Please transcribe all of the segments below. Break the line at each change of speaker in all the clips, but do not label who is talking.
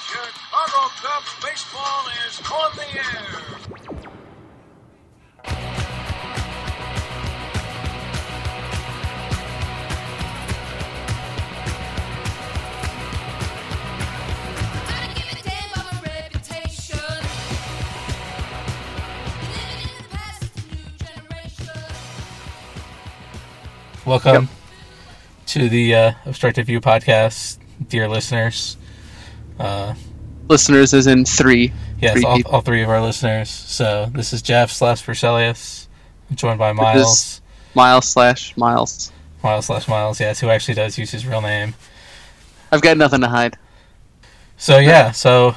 Chicago Cub baseball is on the air.
Gotta give a damn about my reputation. Living in the past, it's a new generation.
Welcome to the uh, Obstructive View podcast, dear listeners. Uh,
listeners is in three.
yes,
Three
all,
people.
all three of our listeners. So this is Jeff slash Verselius, joined by Miles.
Miles slash Miles.
Miles slash Miles, yes, who actually does use his real name.
I've got nothing to hide.
So yeah, so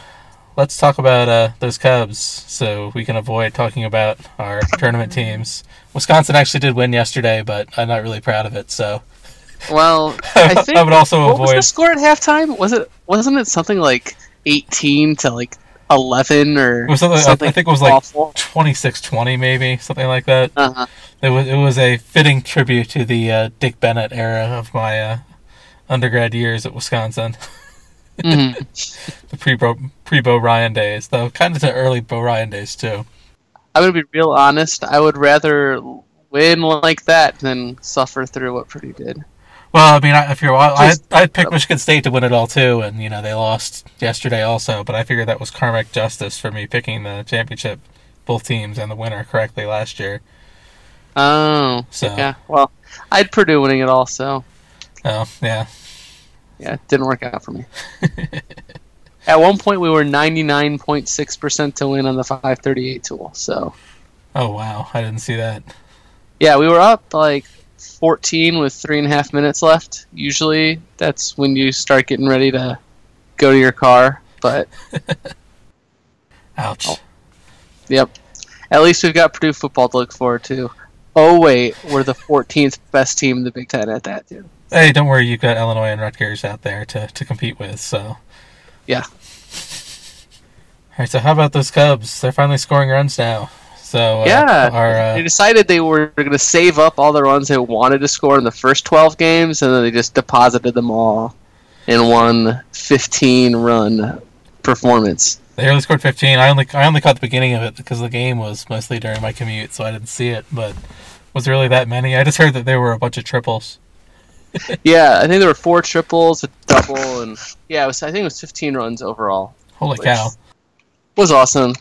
let's talk about uh, those Cubs, so we can avoid talking about our tournament teams. Wisconsin actually did win yesterday, but I'm not really proud of it. So
Well, I think
I would also
what was the
avoid.
score at halftime? Was it wasn't it something like eighteen to like eleven or
It was something- I- I
something
think it was like-
awful?
26-20 maybe something like that
Uh-huh.
It was it was a fitting tribute to the uh, Dick Bennett era of my uh, undergrad years at Wisconsin,
Mhm.
the pre pre Bo Ryan days, though kind of the early Bo Ryan days too.
I'm gonna be real honest. I would rather win like that than suffer through what Purdue did.
Well, I mean, I, if you're, I
Just-
I picked Michigan State to win it all too, and you know they lost yesterday also, but I figured that was karmic justice for me picking the championship, both teams and the winner correctly last year.
Oh,
So yeah,
yeah. Well, I had Purdue winning it all, so
Oh, yeah.
yeah, it didn't work out for me. At one point, we were 99.6% to win on the 538 tool. So,
Oh wow, I didn't see that.
Yeah, we were up like 14 with three and a half minutes left. Usually, that's when you start getting ready to go to your car. But
Ouch.
yep, at least we've got Purdue football to look forward to. Oh wait, we're the 14th best team in the Big Ten at that. Too.
Hey, don't worry, you've got Illinois and Rutgers out there to, to compete with, so. All
Yeah,
right, so how about those Cubs? They're finally scoring runs now. So, uh,
yeah.
Our,
they
uh,
decided they were going to save up all the runs they wanted to score in the first 12 games, and then they just deposited them all in one 15-run performance.
they only scored 15. I only I only caught the beginning of it because the game was mostly during my commute, so I didn't see it, but was there really that many? I just heard that there were a bunch of triples.
Yeah, I think there were four triples, a double, and yeah, it was, I think it was 15 runs overall.
Holy
Which
cow.
was awesome.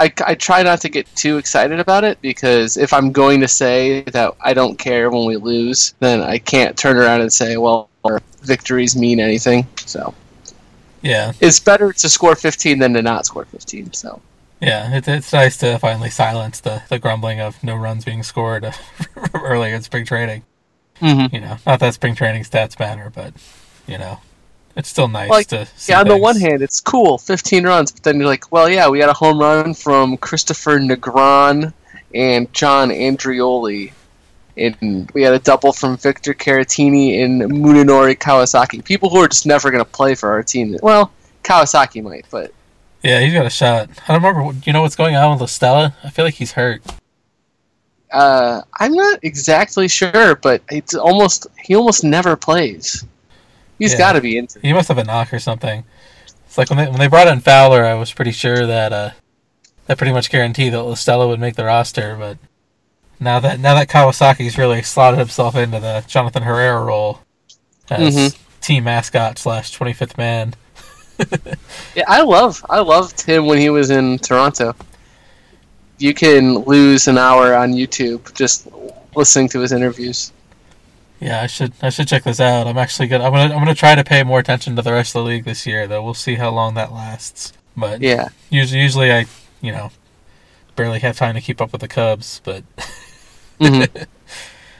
I, I try not to get too excited about it because if I'm going to say that I don't care when we lose, then I can't turn around and say, well, our victories mean anything. So
Yeah,
it's better to score 15 than to not score 15. So
yeah. It, it's nice to finally silence the, the grumbling of no runs being scored uh, earlier in spring training. You know, not that spring training stats matter, but, you know, it's still nice
Like,
to see.
yeah, on the
things.
one hand, it's cool, 15 runs, but then you're like, well, yeah, we got a home run from Christopher Negron and John Andrioli. And we had a double from Victor Caratini and Munenori Kawasaki. People who are just never going to play for our team. Well, Kawasaki might, but
Yeah, he's got a shot. I don't remember. what- You know what's going on with Estella? I feel like he's hurt.
uh, I'm not exactly sure. But it's almost he almost never plays. He's
Yeah.
got to be into.
He must have a knock or something. It's like when they, when they brought in Fowler, I was pretty sure that uh, that pretty much guaranteed that Estella would make the roster. But now that now that Kawasaki's really slotted himself into the Jonathan Herrera role as
Mm-hmm.
team mascot slash twenty fifth man.
Yeah, I love I loved him when he was in Toronto. You can lose an hour on YouTube just listening to his interviews.
Yeah, I should I should check this out. I'm actually gonna I'm gonna I'm gonna try to pay more attention to the rest of the league this year, though. We'll see how long that lasts. But
Yeah,
Usually, usually I, you know, barely have time to keep up with the Cubs, but
Mm-hmm.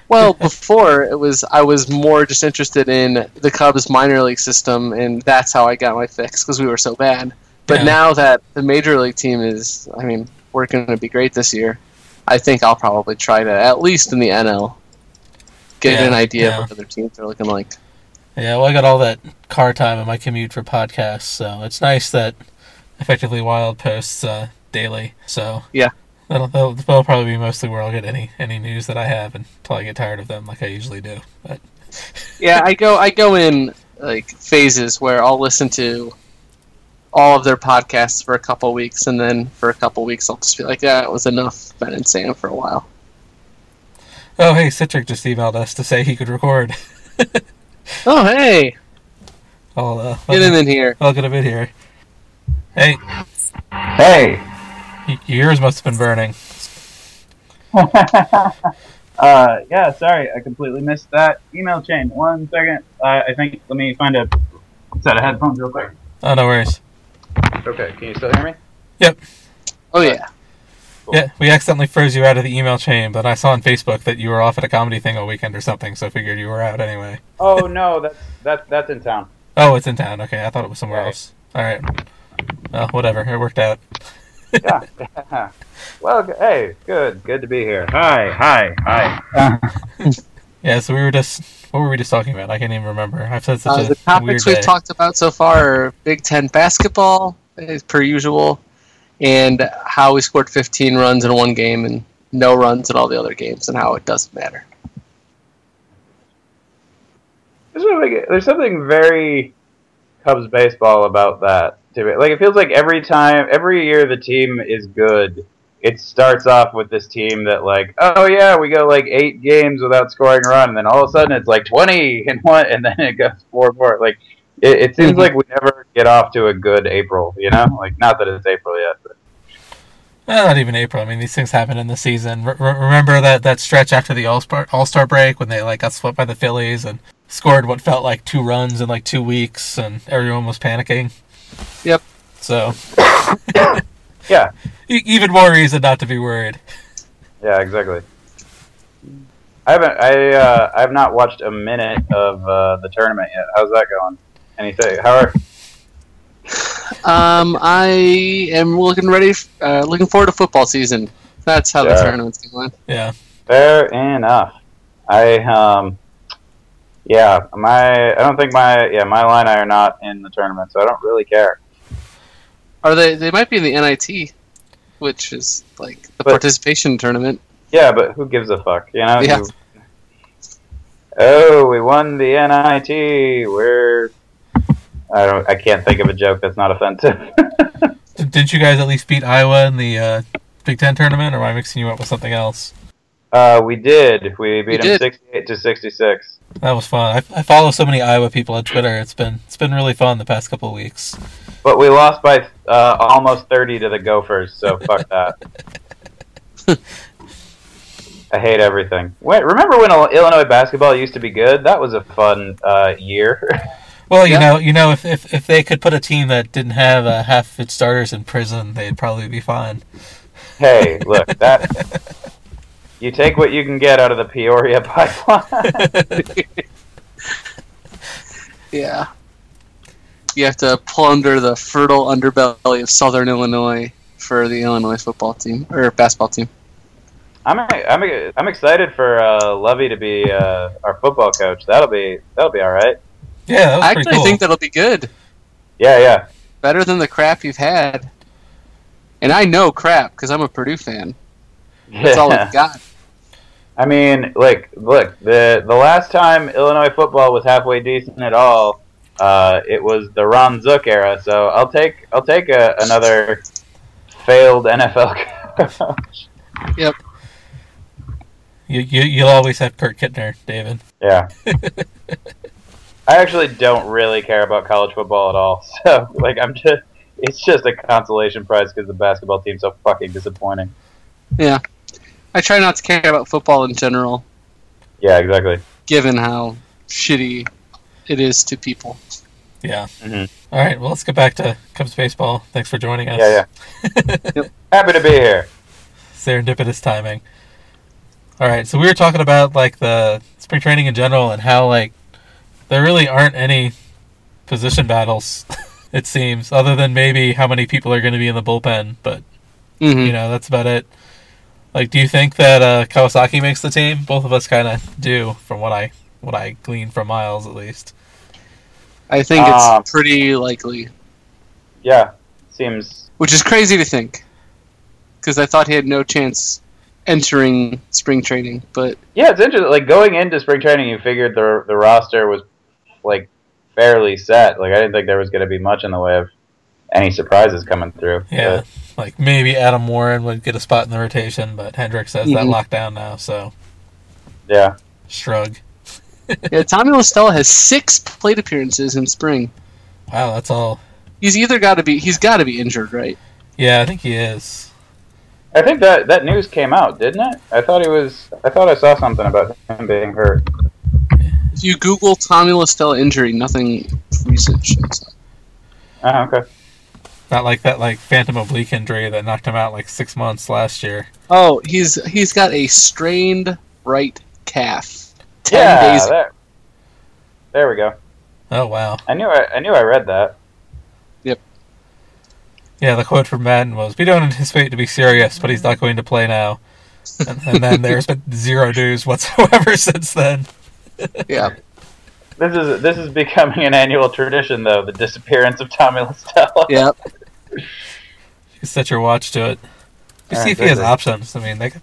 Well, before it was I was more just interested in the Cubs minor league system, and that's how I got my fix because we were so bad. But
Yeah.
now that the major league team is, I mean, we're going to be great this year. I think I'll probably try to at least in the NL get
Yeah,
an idea
yeah.
of what other teams are looking like.
yeah, well, I got all that car time in my commute for podcasts, so it's nice that effectively Wild posts uh, daily. So
Yeah.
that'll, that'll, that'll probably be mostly where I'll get any any news that I have until I get tired of them, like I usually do. But
yeah i go i go in like phases where i'll listen to all of their podcasts for a couple weeks, and then for a couple weeks I'll just be like, yeah, it was enough Ben and Sam for a while.
Oh, hey, Citric just emailed us to say he could record.
Oh hey,
I'll, uh,
get him in here.
I'll get a bit here. Hey,
Hey.
y- your ears must have been burning.
Uh, yeah, sorry, I completely missed that email chain. One second, uh, I think. Let me find a set of headphones real quick.
Oh, no worries.
Okay, can you still hear me?
Oh yeah,
Yeah, we accidentally froze you out of the email chain, but I saw on Facebook that you were off at a comedy thing all weekend or something, so I figured you were out anyway.
Oh no, that's that's that's in town.
Oh, it's in town. Okay, I thought it was somewhere
Right.
else. All right. Well, whatever. It worked out.
Yeah. well, g- hey, good, good to be here. Uh, Hi, hi, hi.
Yeah, so we were just. What were we just talking about? I can't even remember. I've had such
uh,
a
the
weird
topics we've
day.
talked about so far are Big Ten basketball, as per usual, and how we scored 15 runs in one game and no runs in all the other games, and how it doesn't matter.
there's, something, there's something very Cubs baseball about that. To me. Like it feels like every time, every year the team is good. It starts off with this team that like, oh yeah, we go like eight games without scoring a run, and then all of a sudden it's like twenty and one, and then it goes four more. Like it, it seems
Mhm.
like we never get off to a good April. You know, like not that it's April yet. But.
Eh, not even April. I mean, these things happen in the season. Re- re- remember that, that stretch after the All Star All Star break when they like got swept by the Phillies and scored what felt like two runs in like two weeks, and everyone was panicking.
Yep.
So
Yeah,
e- even more reason not to be worried.
yeah, exactly. I haven't. I uh, I've not watched a minute of uh, the tournament yet. How's that going? Anything? How are
Um, I am looking ready, f- uh, looking forward to football season. That's how the
Yeah.
tournament's going.
Yeah.
Fair enough. I um, yeah, my I don't think my yeah my line I are not in the tournament, so I don't really care.
Are they? They might be in the NIT, which is like the
But-
participation tournament.
Yeah, but who gives a fuck? You know.
Yeah.
You- oh, we won the NIT. We're I don't I can't think of a joke that's not offensive.
D- didn't you guys at least beat Iowa in the uh, Big Ten tournament, or am I mixing you up with something else?
uh, we did. We beat them
did.
sixty-eight to sixty-six.
That was fun. I, I follow so many Iowa people on Twitter. It's been it's been really fun the past couple of weeks.
But we lost by uh, almost 30 to the Gophers, so fuck that. I hate everything. Wait, remember when Illinois basketball used to be good? That was a fun uh, year.
Well, you
Yeah.
know, you know, if, if if they could put a team that didn't have uh, half its starters in prison, they'd probably be fine.
hey, look, that you take what you can get out of the Peoria pipeline.
Yeah. You have to plunder the fertile underbelly of Southern Illinois for the Illinois football team or basketball team.
I'm I'm I'm excited for uh, Lovey to be uh, our football coach. That'll be that'll be all right.
Yeah, that was
I
pretty
actually
cool.
think that'll be good.
Yeah, yeah.
Better than the crap you've had. And I know crap because I'm a Purdue fan. That's all I've got.
I mean, like, look the the last time Illinois football was halfway decent at all, uh, it was the Ron Zook era. So I'll take I'll take a, another failed NFL. coach.
you, you you'll always have Kurt Kittner, David.
yeah. I actually don't really care about college football at all. So like, I'm just it's just a consolation prize because the basketball team's so fucking disappointing.
I try not to care about football in general,
Yeah, exactly.
given how shitty it is to people.
Yeah.
Mhm.
Mm-hmm.
All right. Well, let's get back to Cubs baseball. Thanks for joining us.
Yeah, yeah. Happy to be here.
serendipitous timing. All right, so we were talking about like the spring training in general and how like there really aren't any position battles. it seems, other than maybe how many people are going to be in the bullpen, but
hmm
you know that's about it. Like, do you think that uh, Kawasaki makes the team? Both of us kind of do, from what I what I glean from Miles at least.
I think it's
Um,
Ah.
pretty likely,
Yeah, seems
which is crazy to think because I thought he had no chance entering spring training, but
Yeah, it's interesting. Like going into spring training, you figured the the roster was like fairly set. Like I didn't think there was going to be much in the way of any surprises coming through.
Yeah. Like maybe Adam Warren would get a spot in the rotation, but Hendricks has that
Mhm.
locked down now, so
But, yeah.
shrug.
Yeah, Tommy Listella has six plate appearances in spring.
Wow, that's all.
He's either got to be he's got to be injured, right?
Yeah, I think he is.
I think that that news came out, didn't it? I thought it was. I thought I saw something about him being hurt.
If you Google Tommy Listella injury, nothing recent shows up.
Uh, okay.
Not like that like phantom oblique injury that knocked him out like six months last year.
Oh, he's he's got a strained right calf. Ten
yeah.
days.
There. there we go.
Oh wow.
I knew. I, I knew. I read that.
Yeah, the quote from Madden was, "We don't anticipate to be serious, but he's not going to play now." And, and then there's been zero news whatsoever since then.
Yeah.
This is this is becoming an annual tradition, though. The disappearance of Tommy Listella.
Yep.
You set your watch to it. You
All
see
right,
if he has
good.
options. I mean, they could,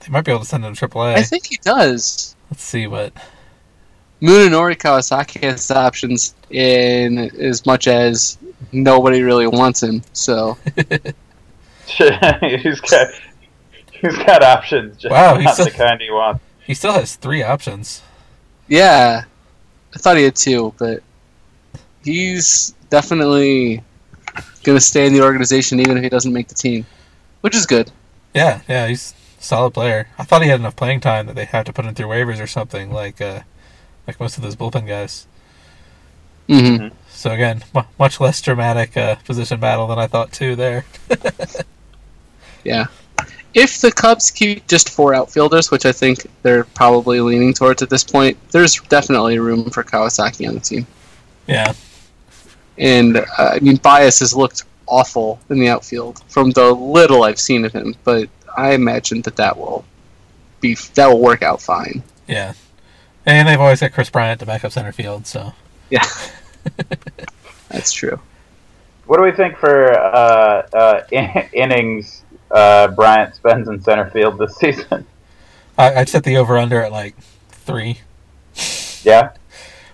they might be able to send him to AAA.
I think he does.
Let's see what.
Munenori Kawasaki has options in as much as nobody really wants him. So
he's got. He's got options. Just
Wow,
Not
he's so-
the kind he wants.
He still has three options.
yeah, I thought he had two, but he's definitely going to stay in the organization even if he doesn't make the team, which is good.
Yeah, yeah, he's a solid player. I thought he had enough playing time that they have to put him through waivers or something, like uh, like most of those bullpen guys.
hmm
So again, mu much less dramatic uh, position battle than I thought too. There,
Yeah. If the Cubs keep just four outfielders, which I think they're probably leaning towards at this point, there's definitely room for Kawasaki on the team.
yeah,
And uh, I mean, Bias has looked awful in the outfield from the little I've seen of him, but I imagine that that will be that will work out fine.
yeah, and they've always got Chris Bryant to back up center field. So
Yeah, that's true.
What do we think for uh, uh, in- innings uh, Bryant spends in center field this season?
I, I'd set the over under at like three.
Yeah,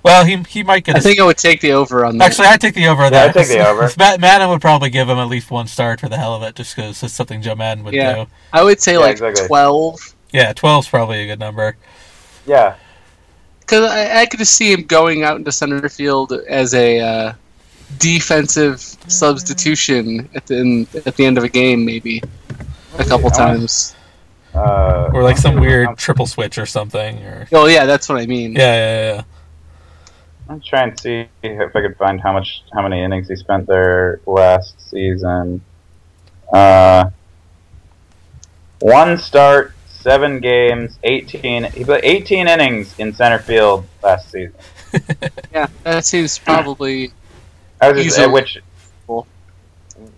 Well, he he might get.
I
A,
think I would take the over on that.
actually, I take the over. on
Yeah,
that.
I'd take the over.
Matt Madden would probably give him at least one start for the hell of it, just because it's something Joe Madden would
Yeah.
do.
I would say
Yeah,
like
exactly.
twelve
Yeah, 12's probably a good number.
yeah.
because I, I could just see him going out into center field as a uh, defensive substitution at the in, at the end of a game, maybe a couple
I wanna-
times.
Uh,
Or like some weird triple switch or something. Or
Oh yeah, that's what I mean.
yeah, yeah, yeah.
I'm trying to see if I could find how much how many innings he spent there last season. Uh, one start, seven games, eighteen. He played 18 innings in center field last season.
yeah that seems probably
I was just,
Easily.
at which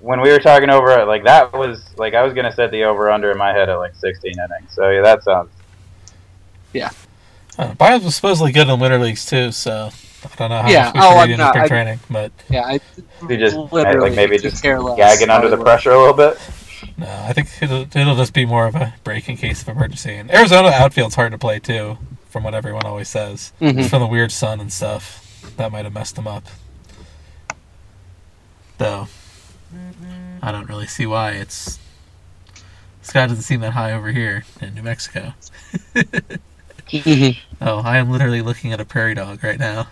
when we were talking over uh, like that was like I was gonna set the over under in my head at like 16 innings. So yeah, that sounds.
Uh, Byers was supposedly good in winter leagues too, so I don't know how
Yeah,
much we
oh,
should
I'm
read into
not-
spring
I-
training, but
yeah. I
He just
literally
like maybe
could
just
care less
gagging under the
probably.
pressure a little bit.
no, I think it'll, it'll just be more of a break in case of emergency. And Arizona outfield's hard to play too, from what everyone always says.
Mhm.
Just From the weird sun and stuff, that might have messed them up. Though, I don't really see why it's. Sky doesn't seem that high over here in New Mexico.
Mhm.
Oh, I am literally looking at a prairie dog right now.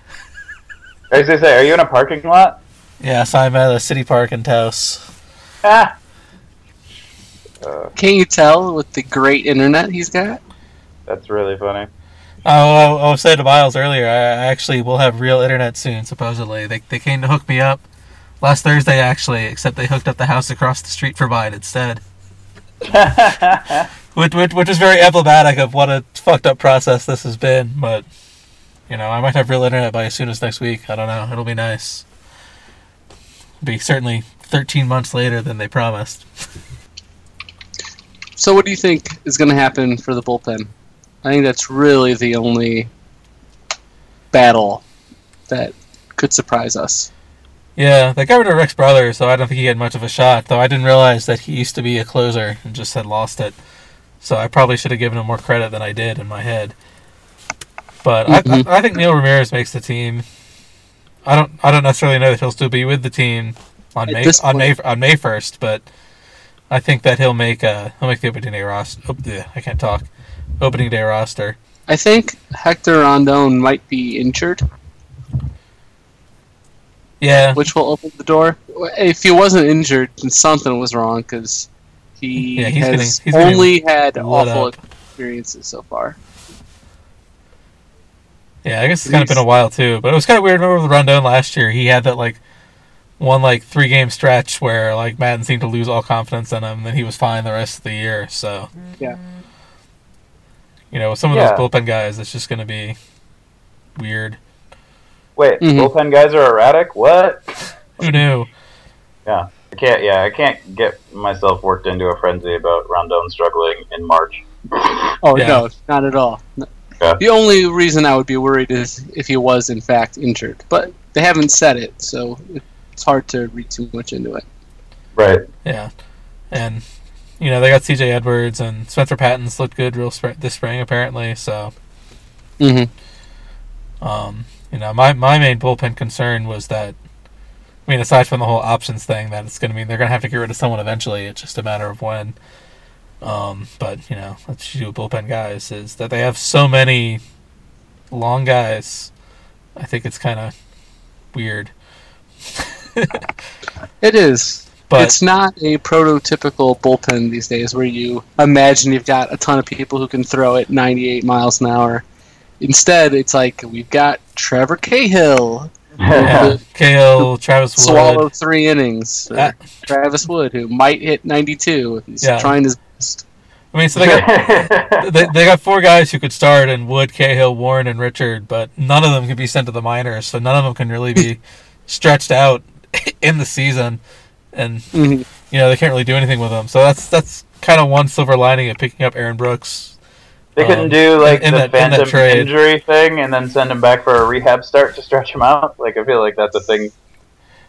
As they say, are you in a parking lot?
Yeah, so I'm at a city park in Taos.
Ah,
Can you tell with the great internet he's got?
that's really funny.
Oh, I, I was saying to Miles earlier, I I actually will have real internet soon, supposedly. They, they came to hook me up last Thursday, actually, except they hooked up the house across the street for mine instead. Which, which, which is very emblematic of what a fucked up process this has been, but, you know, I might have real internet by as soon as next week. I don't know. It'll be nice. Be certainly 13 months later than they promised.
So, what do you think is going to happen for the bullpen? I think that's really the only battle that could surprise us.
Yeah, they got rid of Rex Brother, so I don't think he had much of a shot. Though I didn't realize that he used to be a closer and just had lost it. So I probably should have given him more credit than I did in my head. But
Mhm.
I, I, I think Neil Ramirez makes the team. I don't I don't necessarily know that he'll still be with the team on
At
May
this
on May on May first, but I think that he'll make uh he'll make the opening day roster. Oh, bleh, I can't talk. Opening day roster.
I think Hector Rondon might be injured,
Yeah,
which will open the door. If he wasn't injured, then something was wrong because he
Yeah, he's
has
getting- he's getting
only had
lit
awful
up.
experiences so far.
yeah. I guess it's kind of been a while too, but it was kind of weird. Remember with Rondon last year? He had that like one like three game stretch where like Madden seemed to lose all confidence in him, and then he was fine the rest of the year. So
Yeah.
you know, with some of
Yeah.
those bullpen guys, it's just going to be weird.
Wait,
Mhm.
bullpen guys are erratic. What?
Who knew?
I can't. Yeah, I can't get myself worked into a frenzy about Rondon struggling in March.
Oh
Yeah.
no, not at all. No.
Yeah.
The only reason I would be worried is if he was in fact injured, but they haven't said it, so it's hard to read too much into it.
Right.
Yeah, and you know they got C.J. Edwards and Spencer Patton's looked good real spr- this spring apparently. So
Mm-hmm.
um, you know my my main bullpen concern was that I mean aside from the whole options thing that it's going to mean they're going to have to get rid of someone eventually. It's just a matter of when. Um, but you know that's you do with bullpen guys is that they have so many long guys. I think it's kind of weird,
It is.
but
it's not a prototypical bullpen these days where you imagine you've got a ton of people who can throw at 98 miles an hour. Instead, it's like we've got Trevor Cahill
yeah, Kale Travis Wood.
swallow three innings. or
That-
Travis Wood, who might hit 92 if he's
Uh, Yeah.
trying his best.
I mean, so they got they, they got four guys who could start and Wood, Cahill, Warren, and Richard, but none of them can be sent to the minors, so none of them can really be stretched out in the season, and
Mhm.
you know they can't really do anything with them. So that's that's kind of one silver lining of picking up Aaron Brooks.
They
Um,
couldn't do like
in
the
that- in that
phantom
trade.
injury thing and then send him back for a rehab start to stretch him out. Like I feel like that's a thing.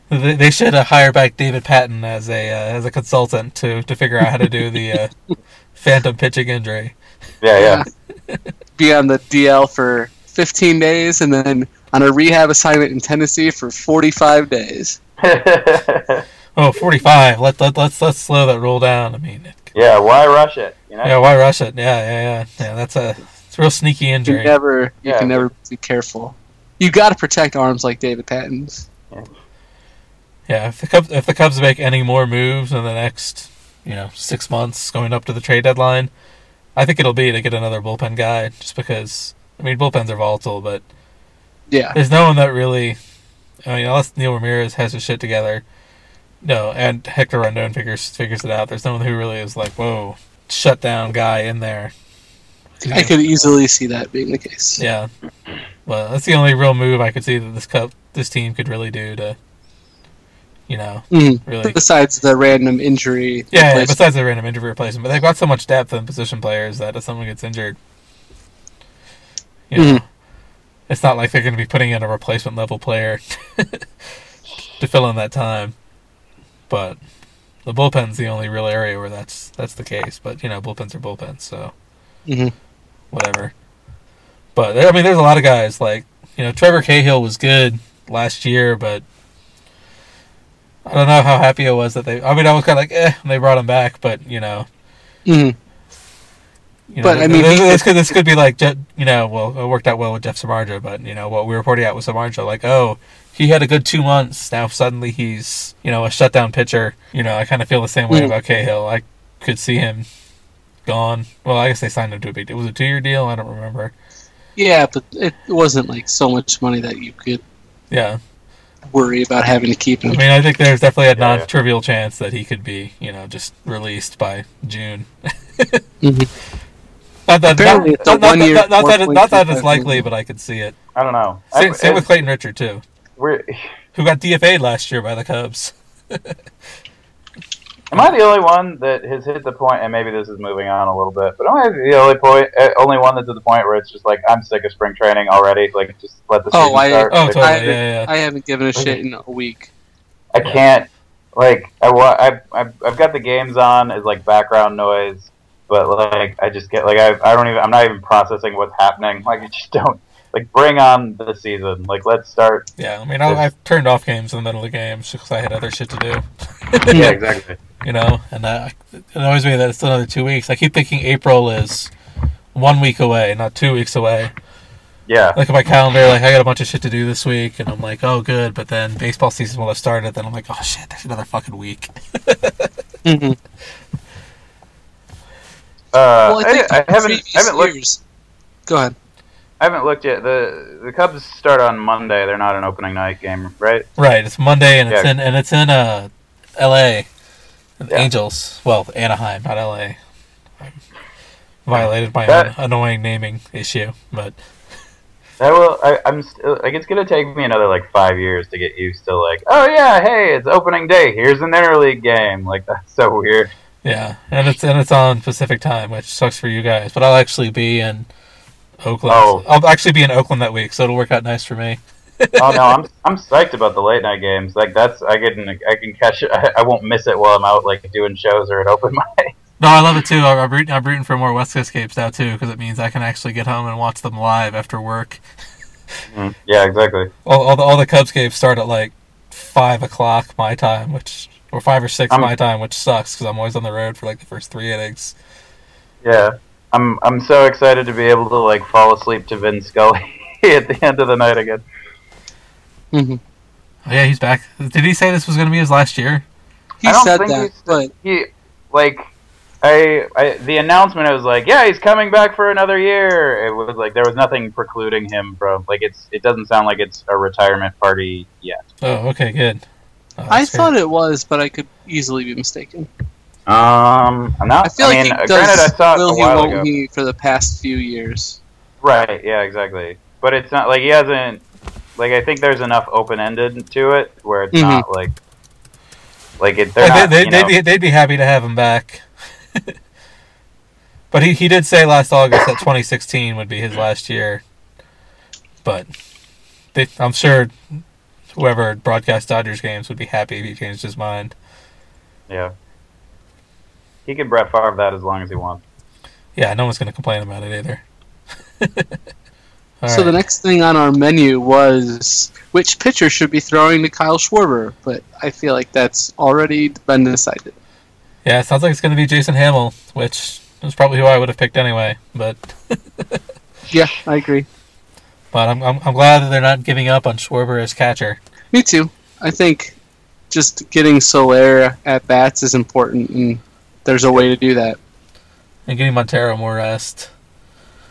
They, they should uh, hire back David Patton as a uh, as a consultant to to figure out how to do the uh, phantom pitching injury.
Yeah, yeah.
Be on the DL for 15 days and then on a rehab assignment in Tennessee for 45 days.
Oh, 45. Let, let let's let's slow that roll down. I mean, it,
yeah, why rush it? You know?
yeah, why rush it? Yeah, yeah, yeah. Yeah, that's a it's a real sneaky
You
injury.
never, you
Yeah.
can never be careful. You got to protect arms like David Patton's.
Yeah, if the Cubs if the Cubs make any more moves in the next you know six months going up to the trade deadline, I think it'll be to get another bullpen guy. Just because I mean bullpens are volatile, but
Yeah.
there's no one that really. I mean, unless Neil Ramirez has his shit together, no, and Hector Rondon figures figures it out. There's no one who really is like, whoa, shut down guy in there.
I could easily see that being the case.
Yeah, well, that's the only real move I could see that this cup this team could really do to, you know,
Mhm.
really
Besides the random injury.
Yeah, yeah,
replacement.
besides the random injury replacement, but they've got so much depth in position players that if someone gets injured, you know,
Mhm.
it's not like they're going to be putting in a replacement level player to fill in that time. But the bullpen's the only real area where that's that's the case. But you know, bullpens are bullpens, so
Mhm.
whatever. But I mean, there's a lot of guys like you know Trevor Cahill was good last year, but I don't know how happy I was that they. I mean, I was kind of like, eh, when they brought him back, but you know,
Mhm.
you know,
But, I mean,
this,
he-
this could this could be like, Je- you know, well, it worked out well with Jeff Samarja, but you know what we were reporting out with Samarja, like, oh, he had a good two months. Now suddenly he's you know a shutdown pitcher. You know, I kind of feel the same way
Mm.
about Cahill. I could see him gone. Well, I guess they signed him to a big. It was a two year deal. I don't remember.
Yeah, but it wasn't like so much money that you could
Yeah,
worry about having to keep
I
him.
mean, I think there's definitely a
Yeah, yeah.
non trivial chance that he could be you know just released by June.
Mhm.
Not that, not,
Apparently it's a
not, not,
one-year,
that, not, that, not that
1.25
it's likely, but I could see it.
I don't know.
Same,
I-
same with
it's-
Clayton Richard too,
we're-
who got DFA'd last year by the Cubs.
Am I the only one that has hit the point, and maybe this is moving on a little bit, but am I the only point, uh, only one that's at the point where it's just like I'm sick of spring training already? Like, just let the
Oh,
season
I-
start.
Oh,
Like,
totally.
I-
Yeah, yeah. yeah.
I haven't given a shit in a week.
I can't like I wa- I I've, I've got the games on as like background noise, but like I just get like I, I don't even I'm not even processing what's happening. Like I just don't like bring on the season. Like let's start.
Yeah, I mean, I, I've turned off games in the middle of the game because I had other shit to do.
Yeah, exactly.
you know, and uh, it annoys me that it's another two weeks. I keep thinking April is one week away, not two weeks away.
Yeah,
I look at my calendar, like I got a bunch of shit to do this week, and I'm like, oh, good. But then baseball season will have started. Then I'm like, oh shit, there's another fucking week.
Mhm.
uh,
well, I,
I,
think
Uh, I haven't
previous
I haven't looked
years- Go ahead.
I haven't looked yet. the The Cubs start on Monday. They're not an opening night game, right?
right, it's Monday, and it's
Yeah.
in and it's in uh, L.A. The
Yeah.
Angels, well, Anaheim, not L.A. Violated my
That-
own annoying naming issue, but
I will. I, I'm still like it's gonna take me another like five years to get used to like oh yeah hey it's opening day here's an interleague game like that's so weird.
Yeah, and it's and it's on Pacific time, which sucks for you guys. But I'll actually be in Oakland.
Oh.
I'll actually be in Oakland that week, so it'll work out nice for me.
oh no, I'm I'm psyched about the late night games. Like that's I can I can catch it. I, I won't miss it while I'm out like doing shows or at open mic.
No, I love it too. I'm, I'm rooting. I'm rooting for more West Coast games now too, because it means I can actually get home and watch them live after work.
yeah, exactly.
All all the, all the Cubs games start at like five o'clock my time, which or five or 6
I'm-
my time, which sucks because I'm always on the road for like the first three innings.
Yeah, I'm I'm so excited to be able to like fall asleep to Vin Scully at the end of the night again.
Mhm.
Oh, yeah, he's back. Did he say this was going to be his last year?
He
I don't
said
think
that,
he's-
but
He like. I, I the announcement I was like yeah he's coming back for another year it was like there was nothing precluding him from like it's it doesn't sound like it's a retirement party yet
Oh, okay, good. Oh,
I
that's great.
thought it was, but I could easily be mistaken.
um I'm not
I feel
mean
like he
granted I
does
saw it
will
a
he
while
won't
ago
he for the past few years.
Right. Yeah. Exactly. But it's not like he hasn't. Like I think there's enough open ended to it where it's
Mhm.
not like. Like it, they're
Mm-hmm. Like,
not.
they,
you
they, would
know-
be, they'd be happy to have him back. but he, he did say last August that 2016 would be his last year. But they, I'm sure whoever broadcast Dodgers games would be happy if he changed his mind.
yeah. He could Brett Favre that as long as he wants.
Yeah, no one's going to complain about it either. All
so the
right.
next thing on our menu was which pitcher should be throwing to Kyle Schwarber, but I feel like that's already been decided.
yeah, it sounds like it's going to be Jason Hamill, which is probably who I would have picked anyway. But
Yeah, I agree.
but I'm, I'm, I'm glad that they're not giving up on Schwarber as catcher.
Me too. I think just getting Solaire at bats is important, and there's a way to do that.
And getting Montero more rest.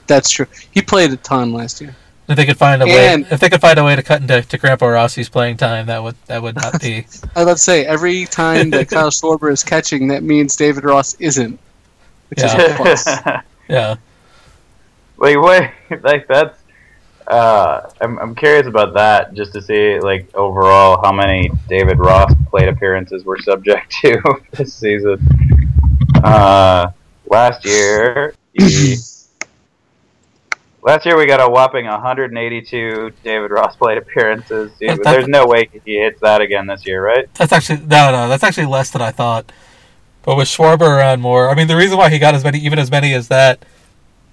That's true. He played a ton last year.
If they could find a
And-
way, if they could find a way to cut into to Grandpa Rossi's playing time, that would that would not be.
I would say every time that Kyle Schwarber is catching, that means David Ross isn't, which is
Yeah.
a plus.
yeah,
Like wait, like that's. Uh, I'm I'm curious about that just to see like overall how many David Ross plate appearances we're subject to this season. Uh, last year, he, last year we got a whopping 182 David Ross plate appearances. Dude,
That's-
There's no way he hits that again this year, right?
that's actually no, no, that's actually less than I thought. But with Schwarber around more, I mean, the reason why he got as many, even as many as that,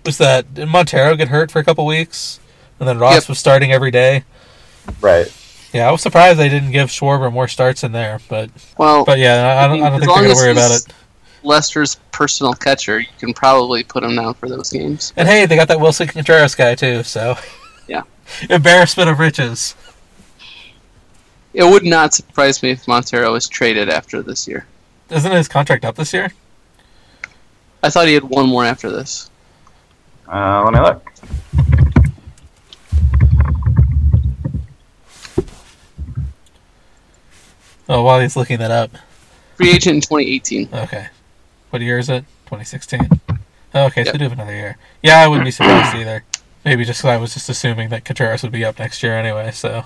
was that did Montero get hurt for a couple weeks, and then Ross
Yep.
was starting every day.
Right.
Yeah, I was surprised they didn't give Schwarber more starts in there, but
Well,
but yeah, I don't, I don't think
mean, as
they're
long
gonna
as
worry about
he's-
it.
Lester's personal catcher, you can probably put him down for those games.
And hey, they got that Wilson Contreras guy too, so
Yeah.
embarrassment of riches.
It would not surprise me if Montero was traded after this year.
Isn't his contract up this year?
I thought he had one more after this.
Uh, let me look.
Oh, while he's looking that up.
Free agent in 2018.
Okay. What year is it? 2016. Oh, okay, so
Yep.
they do have another year. Yeah, I wouldn't be surprised either. Maybe just 'cause I was just assuming that Contreras would be up next year anyway, so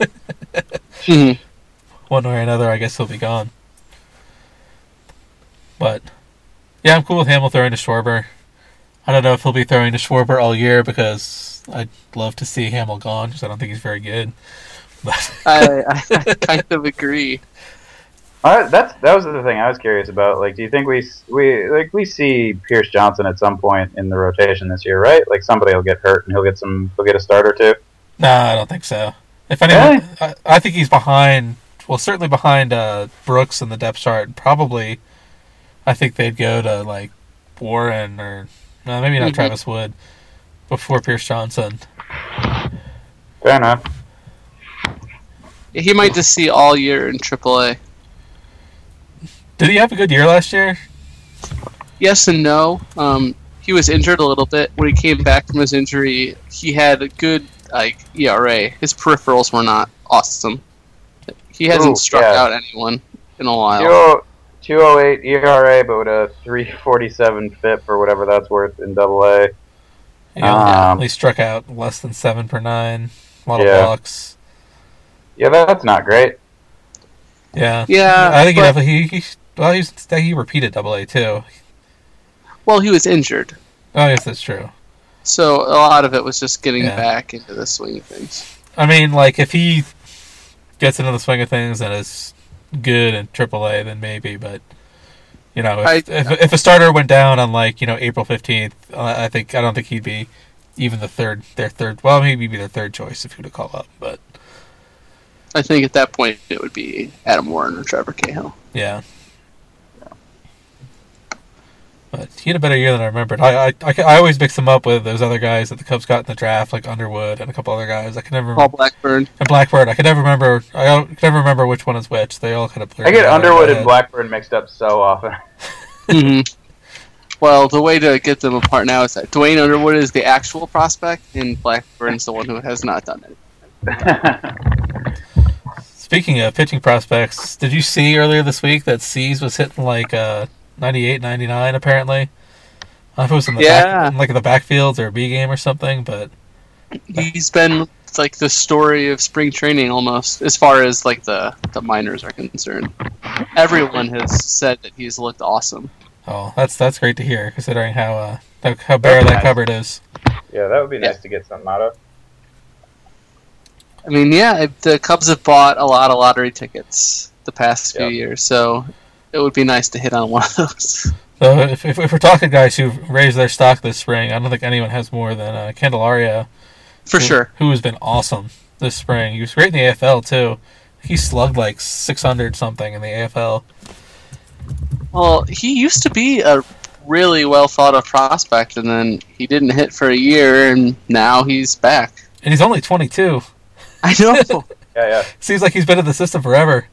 Mm-hmm.
Mhm.
one way or another, I guess he'll be gone. But, yeah, I'm cool with Hamill throwing to Schwarber. I don't know if he'll be throwing to Schwarber all year because I'd love to see Hamill gone because I don't think he's very good. But
I, I, I kind of agree.
I, that's that was the thing I was curious about. Like, do you think we s- we like we see Pierce Johnson at some point in the rotation this year, right? Like somebody will get hurt and he'll get some he'll get a start or two.
No, I don't think so. If anyone, I, I think he's behind. Well, certainly behind uh, Brooks in the depth chart. and Probably, I think they'd go to like Warren or no, maybe not
Mhm.
Travis Wood before Pierce Johnson.
Fair enough.
He might just see all year in AAA.
Did he have a good year last year?
Yes and no. Um, he was injured a little bit. When he came back from his injury, he had a good like ERA. His peripherals were not awesome. He hasn't
Ooh,
struck
yeah.
out anyone in a while.
20- 208 ERA, but with E a 347 FIP or whatever that's worth in Double A.
Yeah,
Um,
he struck out less than seven per nine. A lot
Yeah.
of walks.
Yeah, that's not great.
Yeah,
Yeah,
I think he
but-
definitely he, he well he, was, he repeated Double A too.
Well, he was injured,
Oh yes, that's true.
so a lot of it was just getting
Yeah.
back into the swing of things.
I mean, like if he gets into the swing of things and is good in AAA, then maybe. But you know, if,
I-
if, if a starter went down on like you know April fifteenth, uh, I I think I don't think he'd be even the third their third. Well, maybe he'd be their third choice if who to call up. But
I think at that point it would be Adam Warren or Trevor Cahill.
yeah. But he had a better year than I remembered. I, I, I, ca- I always mix him up with those other guys that the Cubs got in the draft, like Underwood and a couple other guys. I can never
Paul Blackburn.
and Blackbird. I can never remember. I don't- can never remember which one is which. They all kind of blur.
I get
together in my
Underwood and
head.
Blackburn mixed up so often.
Mhm. Well, the way to get them apart now is that Dwayne Underwood is the actual prospect, and Blackburn's the one who has not done it.
Speaking of pitching prospects, did you see earlier this week that Seas was hitting like uh, 98, 99 apparently? I don't know if it was in the
Yeah.
back, in, like in the backfields or a B game or something, but
he's been like the story of spring training almost as far as like the the minors are concerned everyone has said that he's looked awesome
oh, that's that's great to hear considering how uh, how, how bare that cupboard is.
yeah, that would be
Yeah.
nice to get something out of.
i mean yeah it- the cubs have bought a lot of lottery tickets the past few
Yeah.
years so it would be nice to hit on one of those
So if, if, if we're talking guys who raised their stock this spring, I don't think anyone has more than uh, Candelaria,
for
who-
sure
who has been awesome this spring. He was great in the AFL too. He slugged like 600 something in the AFL.
well he used to be a really well thought of prospect and then he didn't hit for a year and now he's back
And he's only 22.
i know
Yeah,
Seems like he's been in the system forever.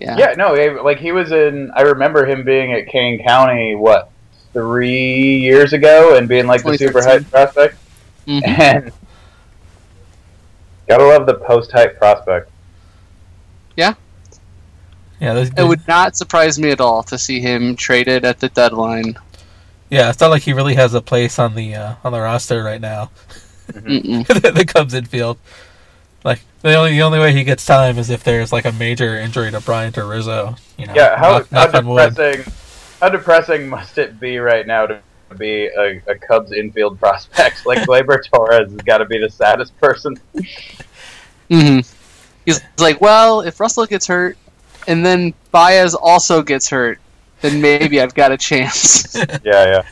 yeah
yeah, yeah. No, eh, like he was in. I remember him being at Kane County what three years ago and being like the super
2013.
hype prospect.
Mhm.
And gotta love the post hype prospect.
Yeah, those,
It would not surprise me at all to see him traded at the deadline.
yeah. It's not like he really has a place on the uh, on the roster right now.
Mm-mm.
the Cubs infield, like the only the only way he gets time is if there's like a major injury to Bryant or Rizzo. You know,
Yeah, how,
knock-
how
knock on wood.
depressing how depressing must it be right now to be a, a Cubs infield prospect like Gleyber Torres has got to be the saddest person.
hmm He's like, well, if Russell gets hurt, and then Baez also gets hurt, then maybe I've got a chance.
Yeah,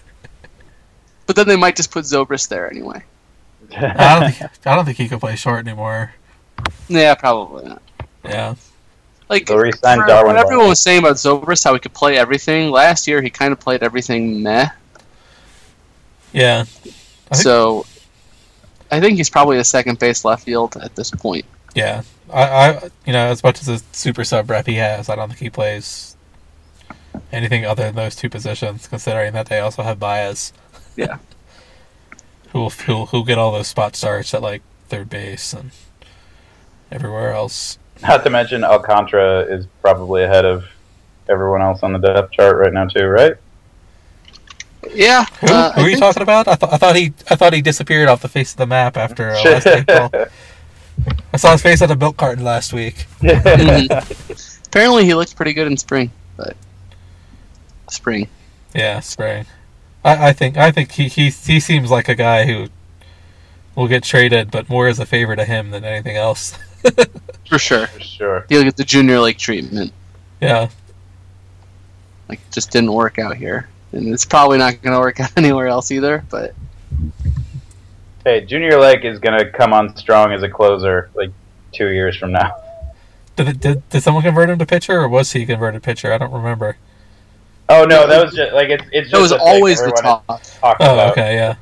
but then they might just put Zobrist there anyway.
I
yeah.
don't think I don't think he can play short anymore.
Yeah, probably not.
Yeah,
Like
They'll re-sign
for
Darwin
what everyone
Barnes.
was saying about Zobrist, how he could play everything. Last year, he kind of played everything meh.
yeah. I think-
so I think he's probably a second base left field at this point.
Yeah, I, I, you know, as much as a super sub rep he has, I don't think he plays anything other than those two positions. Considering that they also have Baez,
Yeah.
who will who who get all those spot starts at like third base and everywhere else.
Not to mention Alcantara is probably ahead of everyone else on the depth chart right now too, right?
Yeah.
Who,
uh,
who
I
are you
think-
talking about? I, th- I thought he I thought he disappeared off the face of the map after uh, last April. I saw his face on a milk carton last week.
Mhm. Apparently, he looked pretty good in spring, but spring.
Yeah, spring. I, I think I think he, he he seems like a guy who will get traded, but more as a favor to him than anything else.
for sure.
for sure.
He'll get the junior league treatment.
yeah,
Like, it just didn't work out here, and it's probably not going to work out anywhere else either. But
Hey, Junior Lake is gonna come on strong as a closer like two years from now.
did, it- did did someone convert him to pitcher, or was he a converted pitcher? I don't remember.
Oh no, that was just like it's it's just
it was
a thing
always the
everyone has
talk.
talked
Oh,
about
okay, yeah,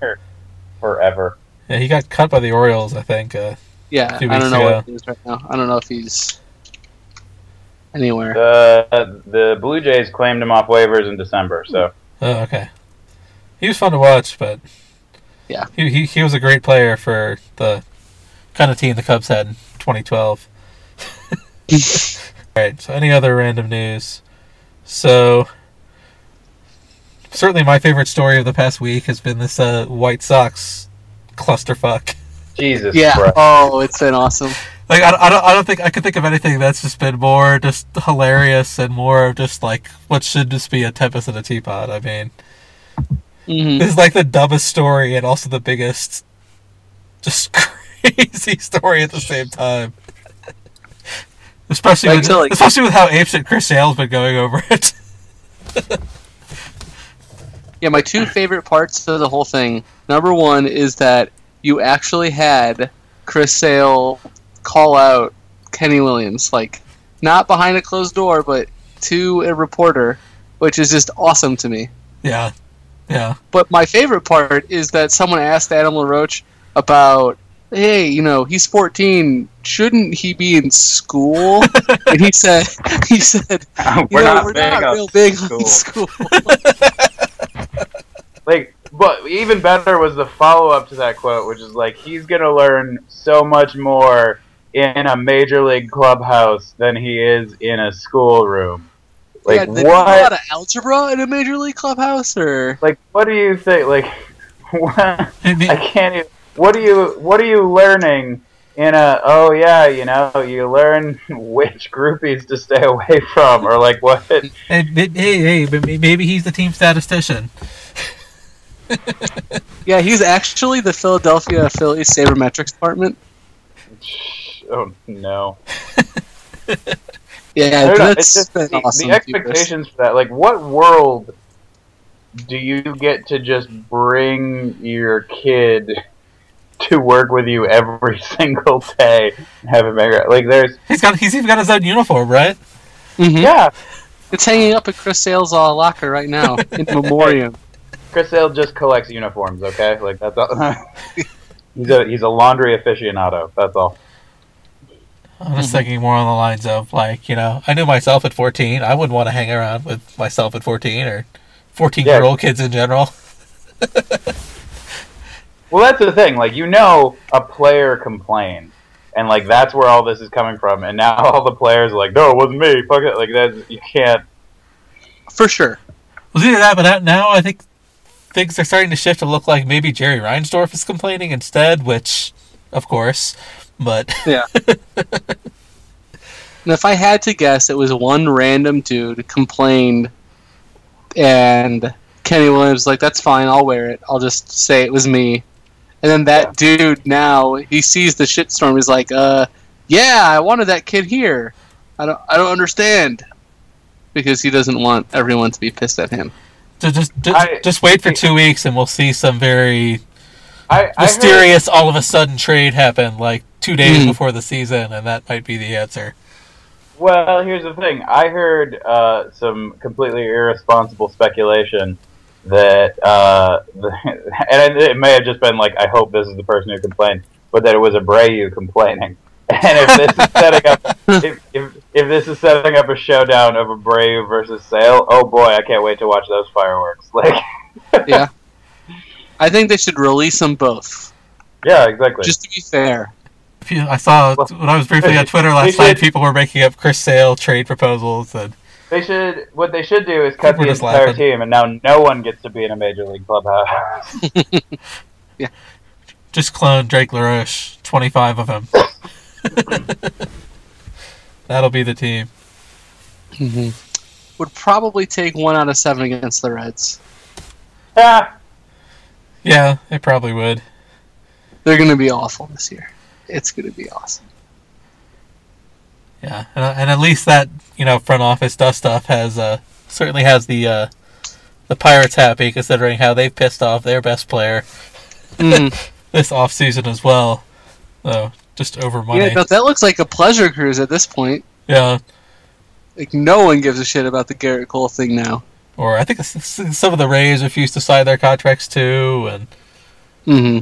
forever.
yeah. He got cut by the Orioles, I think. Uh,
Yeah,
Two
I
weeks
don't know
ago.
what he is right now. I don't know if he's anywhere.
The the Blue Jays claimed him off waivers in December, so
oh, okay. He was fun to watch, but
Yeah.
he he, he was a great player for the kind of team the Cubs had in 2012. All right. So, any other random news? So, certainly my favorite story of the past week has been this uh, White Sox clusterfuck.
Jesus
yeah.
Christ.
Oh, it's been awesome.
Like I, I don't I don't think I could think of anything that's just been more just hilarious and more of just like what should just be a tempest in a teapot. I mean,
hmm
this is like the dumbest story and also the biggest, just crazy story at the same time. Especially
Like,
with,
so, like-
especially with how apeshit Chris Sale's been going over it.
Yeah, my two favorite parts of the whole thing. Number one is that you actually had Chris Sale call out Kenny Williams, like not behind a closed door, but to a reporter, which is just awesome to me.
yeah, yeah,
But my favorite part is that someone asked Adam LaRoche about, hey, you know, he's 14. Shouldn't he be in school? and he said, he said, you
we're
know,
not
we're
big
not
on
real big
school.
on school.
Like, but even better was the follow up to that quote, which is like, he's gonna learn so much more in a major league clubhouse than he is in a schoolroom. Like
did he know a lot
what?
of algebra in a major league clubhouse, or
Like what do you think? Like what?
I mean,
I can't even. What are you? What are you learning? In a oh yeah, you know you learn which groupies to stay away from, or like what?
and may- hey, hey, but may- maybe he's the team statistician.
yeah, he's actually the Philadelphia Phillies sabermetrics department.
Oh no! I
Yeah,
don't know,
that's
it's just
been
the,
awesome.
the expectations for that. Like, what world do you get to just bring your kid to work with you every single day? And have him make- like there's
He's got he's even got his own uniform, right?
hmm
yeah.
It's hanging up at Chris Sale's uh, locker right now in memoriam.
Chris Sale just collects uniforms. Okay, like that's all. he's a he's a laundry aficionado. That's all.
I'm
Mm-hmm.
just thinking more on the lines of like, you know, I knew myself at 14. I wouldn't want to hang around with myself at 14 or 14 year old kids in general.
Well, that's the thing. Like, you know, a player complained, and like that's where all this is coming from. And now all the players are like, "No, it wasn't me. Fuck it." Like that's you can't.
For sure.
It was either that, but out now I think things are starting to shift to look like maybe Jerry Reinsdorf is complaining instead, which, of course, but
And if I had to guess, it was one random dude complained, and Kenny Williams was like, "That's fine, I'll wear it. I'll just say it was me." And then that dude now he sees the shitstorm. He's like, "Uh, yeah, I wanted that kid here. I don't, I don't understand." Because he doesn't want everyone to be pissed at him.
to just just,
I-
just wait for two weeks and we'll see some very
I, I heard,
mysterious all of a sudden trade happen like two days
Mhm.
before the season, and that might be the answer.
well, here's the thing. I heard uh, some completely irresponsible speculation that, uh, and it may have just been like, "I hope this is the person who complained," but that it was Abreu complaining. And if this is setting up, if, if, if this is setting up a showdown of Abreu versus Sale, oh boy, I can't wait to watch those fireworks. Like,
Yeah, I think they should release them both,
Yeah, exactly.
just to be fair.
If you- I saw
Well,
when I was briefly on Twitter
they
last
should-
night, people were making up Chris Sale trade proposals, and
they should. What they should do is cut
People
the
just
entire
laughing.
team, and now no one gets to be in a major league clubhouse.
just clone Drake LaRoche, 25 of him. That'll be the team.
Would probably take one out of seven against the Reds.
ah,
Yeah, it probably would.
They're going to be awful this year. It's going to be awesome.
Yeah, and, uh, and at least that you know front office dust off has uh, certainly has the uh, the Pirates happy considering how they've pissed off their best player
Mm.
this off season as well. So just over money.
yeah, no, that looks like a pleasure cruise at this point.
yeah.
Like no one gives a shit about the Garrett Cole thing now.
Or I think s- s- some of the Rays refused to sign their contracts too, and
hmm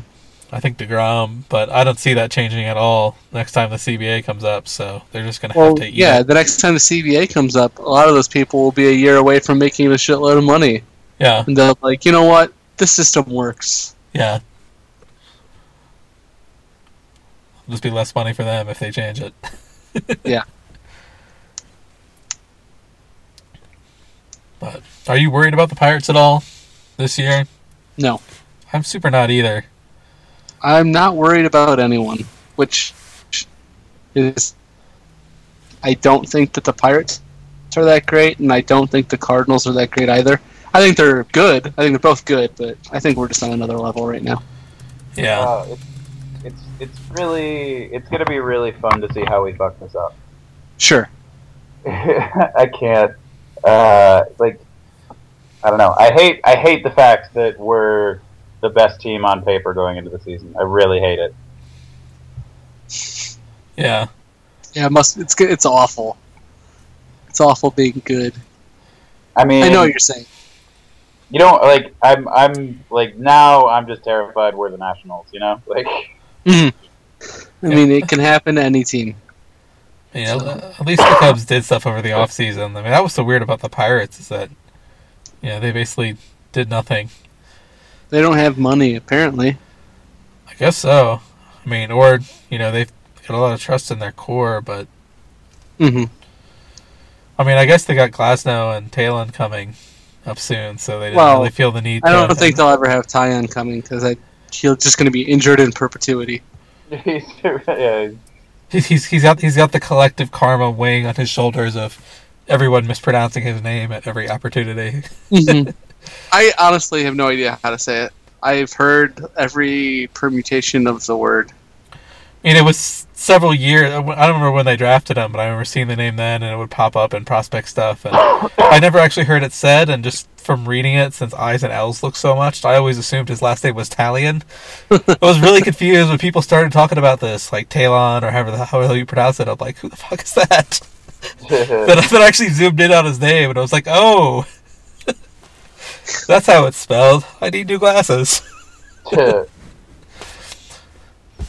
I think Degrom. But I don't see that changing at all next time the CBA comes up. So they're just gonna
Well,
have to eat
yeah,
it.
the next time the CBA comes up, a lot of those people will be a year away from making a shitload of money,
yeah,
and they're like, you know what, this system works.
yeah. It'll just be less money for them if they change it.
Yeah.
But are you worried about the Pirates at all this year?
No,
I'm super not either.
I'm not worried about anyone, which is, I don't think that the Pirates are that great, and I don't think the Cardinals are that great either. I think they're good. I think they're both good, but I think we're just on another level right now.
Yeah.
Uh, it's, it's it's really it's gonna be really fun to see how we fuck this up.
Sure.
I can't. Uh, like, I don't know. I hate. I hate the fact that we're the best team on paper going into the season. I really hate it.
yeah.
Yeah, it must. It's good. It's awful. It's awful being good.
I mean,
I know what you're saying.
you don't like. I'm. I'm like now. I'm just terrified we're the Nationals. You know, like
I mean, it can happen to any team.
You know, at least the Cubs did stuff over the offseason. I mean, that was so weird about the Pirates is that, you know, they basically did nothing.
They don't have money, apparently.
I guess so. I mean, or, you know, they've got a lot of trust in their core, but,
hmm
I mean, I guess they got Glasnow and Talon coming up soon, so they didn't
Well,
really feel the need
I don't
to.
think they'll ever have Tyon coming because he's just going to be injured in perpetuity.
he's, yeah,
He's, he's, he's, got, he's got the collective karma weighing on his shoulders of everyone mispronouncing his name at every opportunity.
I honestly have no idea how to say it. I've heard every permutation of the word.
I mean, it was several years. I don't remember when they drafted him, but I remember seeing the name then, and it would pop up in prospect stuff. And I never actually heard it said, and just from reading it, since I's and L's look so much, I always assumed his last name was Talion. I was really confused when people started talking about this, like Talon or however the, however the hell you pronounce it. I'm like, who the fuck is that? then, I- then I actually zoomed in on his name, and I was like, oh, that's how it's spelled. I need new glasses.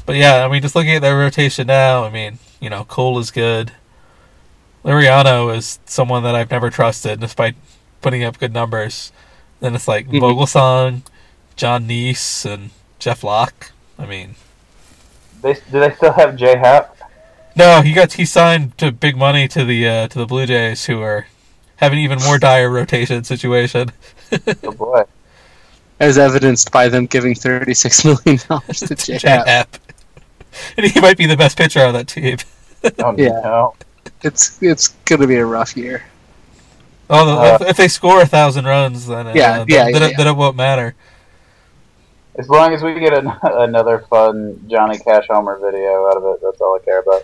But yeah, I mean, just looking at their rotation now, I mean, you know, Cole is good. Liriano is someone that I've never trusted, despite putting up good numbers. Then it's like
Mhm.
Vogelsong, John Neese, and Jeff Locke. I mean,
they, do they still have J Hap?
no, he got he signed to big money to the uh, to the Blue Jays, who are having even more dire rotation situation.
Oh boy.
As evidenced by them giving thirty-six million dollars to J.
Jack App, and he might be the best pitcher on that team.
Oh,
Yeah.
no.
It's it's gonna be a rough year.
Although
Uh,
if, if they score a thousand runs, then uh,
Yeah,
then,
yeah,
then,
yeah,
it,
yeah.
then it won't matter.
As long as we get an, another fun Johnny Cash Homer video out of it, that's all I care about.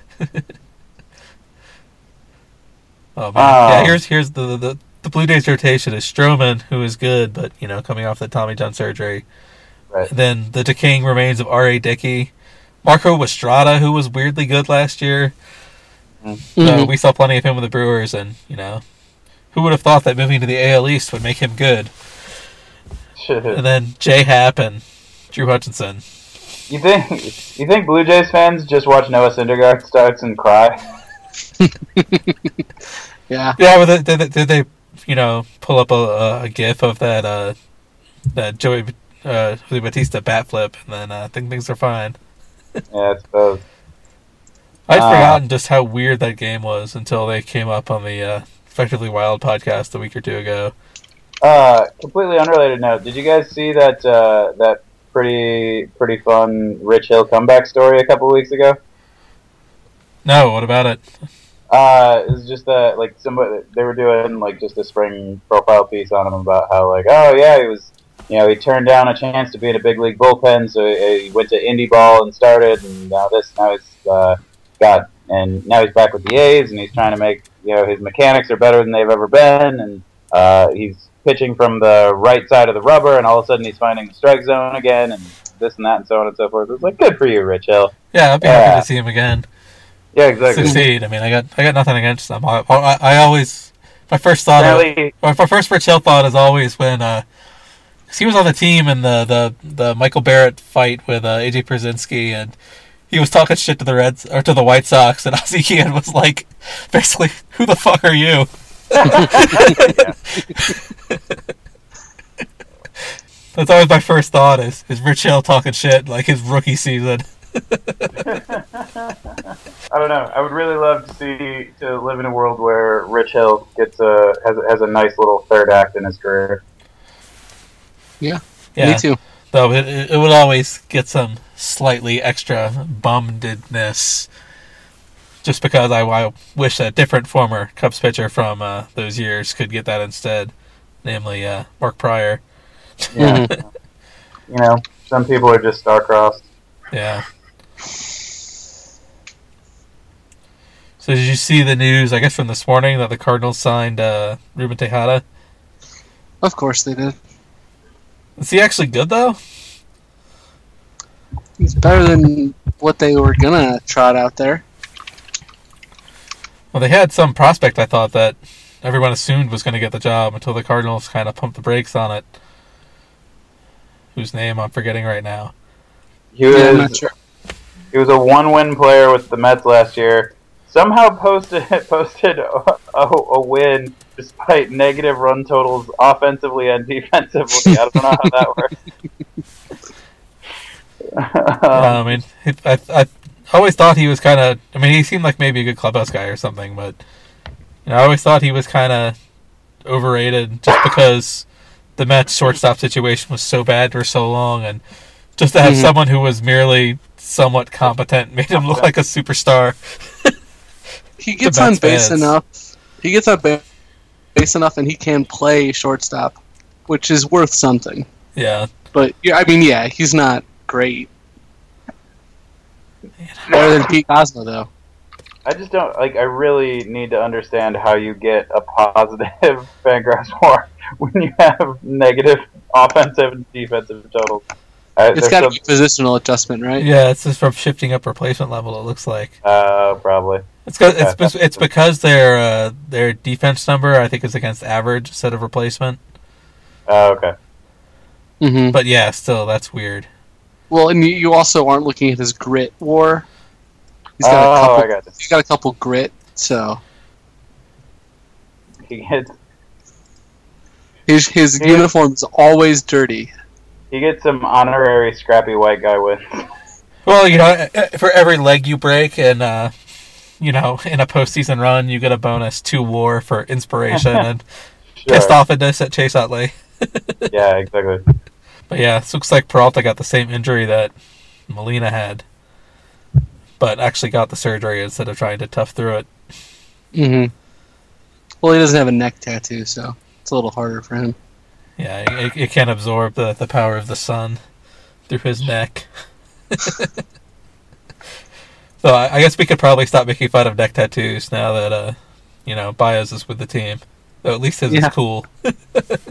Oh man,
Uh,
yeah. Here's here's the, the the Blue Jays rotation is Stroman, who is good, but you know coming off the Tommy John surgery.
Right.
Then the decaying remains of R. A. Dickey, Marco Estrada, who was weirdly good last year. So
Mm-hmm.
we saw plenty of him with the Brewers, and you know, who would have thought that moving to the AL East would make him good? And then J. Happ and Drew Hutchinson.
You think you think Blue Jays fans just watch Noah Syndergaard starts and cry?
Yeah,
Yeah, well, did, did, did they, you know, pull up a, a GIF of that uh, that Joey uh, Jose Batista bat flip, and then uh, I think things are fine.
Yeah, I suppose.
I'd
Uh,
forgotten just how weird that game was until they came up on the uh, Effectively Wild podcast a week or two ago.
Uh, completely unrelated note. Did you guys see that uh, that pretty pretty fun Rich Hill comeback story a couple weeks ago?
No, what about it?
Uh, it was just that like somebody they were doing like just a spring profile piece on him about how like oh yeah he was you know he turned down a chance to be in a big league bullpen so he, he went to indie ball and started and now this now he's uh, got and now he's back with the A's, and he's trying to make you know his mechanics are better than they've ever been, and uh, he's pitching from the right side of the rubber, and all of a sudden he's finding the strike zone again, and this and that, and so on and so forth. It's like good for you, Rich Hill.
Yeah, I'd be
Yeah.
happy to see him again
Yeah, exactly.
succeed. I mean, I got I got nothing against them. I, I, I always my first thought of-
Apparently,
my my first Rich Hill thought is always when uh 'cause he was on the team in the the, the Michael Barrett fight with uh, AJ Przinsky and he was talking shit to the Reds or to the White Sox and Ozzie Guillen was like basically who the fuck are you? That's always my first thought is, is Rich Hill talking shit like his rookie season.
I don't know. I would really love to see to live in a world where Rich Hill gets a has, has a nice little third act in his career.
Yeah.
Me too.
So it, it it would always get some slightly extra bummedness just because I, I wish a different former Cubs pitcher from uh, those years could get that instead, namely uh, Mark Pryor.
Yeah.
Mm-hmm.
you know, some people are just star-crossed.
Yeah. So did you see the news, I guess, from this morning that the Cardinals signed uh, Ruben Tejada?
Of course they did.
Is he actually good, though?
It's better than what they were gonna trot out there.
Well, they had some prospect I thought that everyone assumed was going to get the job until the Cardinals kind of pumped the brakes on it. Whose name I'm forgetting right now.
He
Yeah, I'm
was
not sure.
he was a one-win player with the Mets last year. Somehow posted posted a, a, a win despite negative run totals offensively and defensively. I don't know how that works. Um,
I mean, it- I, I always thought he was kind of. I mean, he seemed like maybe a good clubhouse guy or something, but you know, I always thought he was kind of overrated just because the Mets shortstop situation was so bad for so long, and just to have
Mhm.
someone who was merely somewhat competent made him look like a superstar.
He gets
The
on
Mets
base
fans.
enough. He gets on ba- base enough, and he can play shortstop, which is worth something.
Yeah,
But yeah, I mean, yeah, he's not great. Better than Pete Cosmo, though.
I just don't like. I really need to understand how you get a positive Fangraphs WAR when you have negative offensive and defensive totals. Uh,
It's
there's
got to
some-
be positional adjustment, right?
yeah, it's just from shifting up replacement level. It looks like.
uh, probably.
It's 'cause- it's bes- it's because their uh, their defense number I think is against average instead of replacement.
Oh, okay.
hmm
But yeah, still that's weird.
Well, and you- you also aren't looking at his grit war. He's got
oh,
a couple.
I got this.
He's got a couple grit, so
He gets
his his
Yeah.
uniform is always dirty.
he gets some honorary scrappy white guy wins.
Well, you know, eh, for every leg you break and uh, you know in a postseason run, you get a bonus to WAR for inspiration and
Sure.
pissed offness at Chase Utley.
Yeah, exactly.
But yeah, it looks like Peralta got the same injury that Molina had, but actually got the surgery instead of trying to tough through it.
hmm Well, he doesn't have a neck tattoo, so it's a little harder for him.
Yeah, it, it can't absorb the, the power of the sun through his neck. so I, I guess we could probably stop making fun of neck tattoos now that uh, you know Bios is with the team. Though at least his
Yeah.
is cool.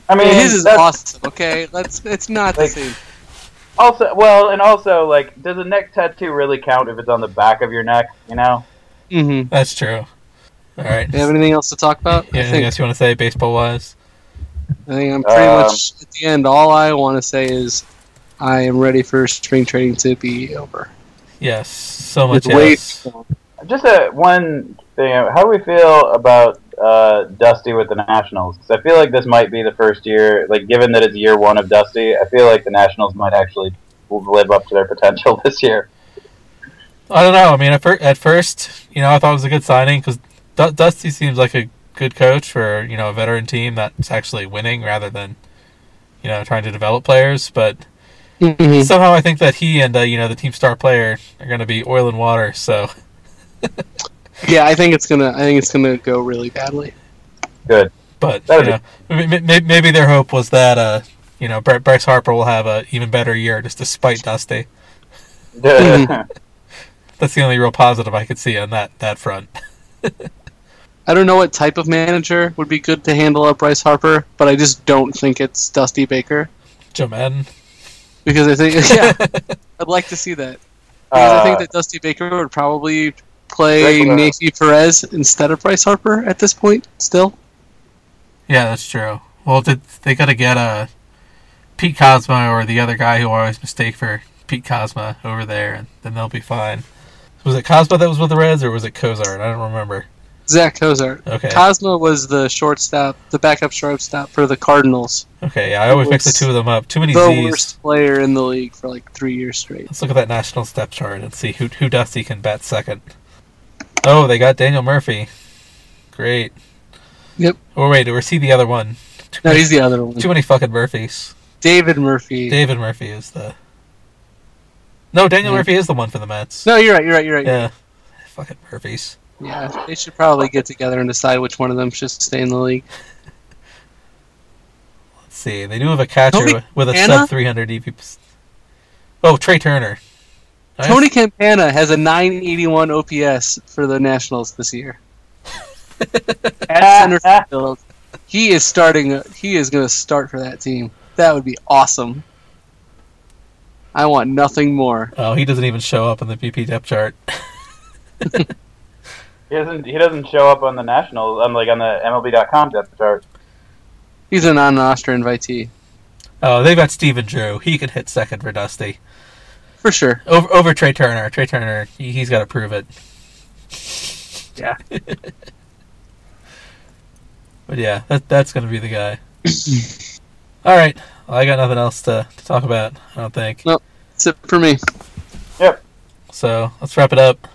I mean,
his is
that's-
awesome. Okay, let's. It's not the
Like-
same.
also well, and also like, does a neck tattoo really count if it's on the back of your neck? You know.
Mm-hmm.
That's true. All right.
You have anything else to talk about?
Yeah,
I
anything
think,
else you want to say baseball wise?
I think I'm pretty
Um,
much at the end. All I want to say is, I am ready for spring training to be over.
Yes. So much
It's way
yes.
too long.
Just a one thing. How do we feel about uh, Dusty with the Nationals? 'Cause I feel like this might be the first year. Like, given that it's year one of Dusty, I feel like the Nationals might actually live up to their potential this year.
I don't know. I mean, at, fir- at first, you know, I thought it was a good signing because D- Dusty seems like a good coach for you know a veteran team that's actually winning rather than you know trying to develop players. But
Mhm.
somehow I think that he and uh, you know the team star player are going to be oil and water. So
Yeah, I think it's gonna. I think it's gonna go really badly.
Good.
But you
That'd
know, m- m- m- maybe their hope was that uh, you know Bre- Bryce Harper will have a even better year, just despite Dusty.
Mhm.
That's the only real positive I could see on that that front.
I don't know what type of manager would be good to handle up Bryce Harper, but I just don't think it's Dusty Baker
Joe Madden.
because I think yeah, I'd like to see that. Because I
Uh,
think that Dusty Baker would probably play
Regular.
Nike Perez instead of Bryce Harper at this point. Still,
Yeah, that's true. Well, did they got to get uh, Pete Cosma or the other guy who I always mistake for Pete Cosma over there, and then they'll be fine. Was it Cosma that was with the Reds, or was it Cozart? I don't remember.
Zach Kozart.
Okay,
Cosmo was the shortstop, the backup shortstop for the Cardinals.
okay, yeah, I always mix the
was
two of them up. Too many
The
Z's.
worst player in the league for like three years straight.
Let's look at that national step chart and see who who Dusty can bat second. Oh, they got Daniel Murphy. Great.
Yep.
Oh wait, or see the other one. Too
No,
many-
he's the other one.
too many fucking Murphys.
David Murphy.
David Murphy is the. No, Daniel
Yeah.
Murphy is the one for the Mets.
No, you're right. You're right. You're right.
Yeah. Fucking Murphys.
Yeah, they should probably get together and decide which one of them should stay in the league.
Let's see. They do have a catcher
Tony
wi- with a
Anna?
sub 300 EV. Oh, Trey Turner. Nice.
Tony Campana has a 981 OPS for the Nationals this year.
Uh,
At center field, he is starting. He is going to start for that team. That would be awesome. I want nothing more.
Oh, he doesn't even show up on the BP depth chart.
He doesn't. He doesn't show up on the national. I'm like on the MLB.com depth chart.
He's a non-roster invitee
Oh, they've got Steven Drew. He could hit second for Dusty.
for sure.
over, over Trey Turner. Trey Turner, he, he's got to prove it.
Yeah.
But yeah, that that's gonna be the guy. All right, I got nothing else to, to talk about. I don't think.
That's it for me.
So let's wrap it up.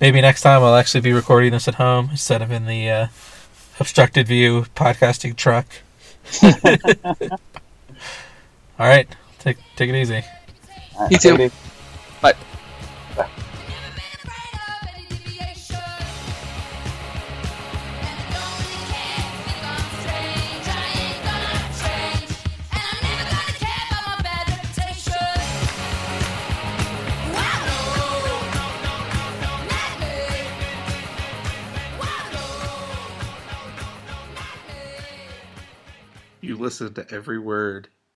Maybe next time I'll actually be recording this at home instead of in the uh, obstructed view podcasting truck. All right, take take it easy.
You too.
Never been afraid of any deviation, and I don't really care think I'm strange. I ain't gonna change, and I'm never gonna care about my bad reputation. Wallow, not me. Wallow, not me.
You listened to every word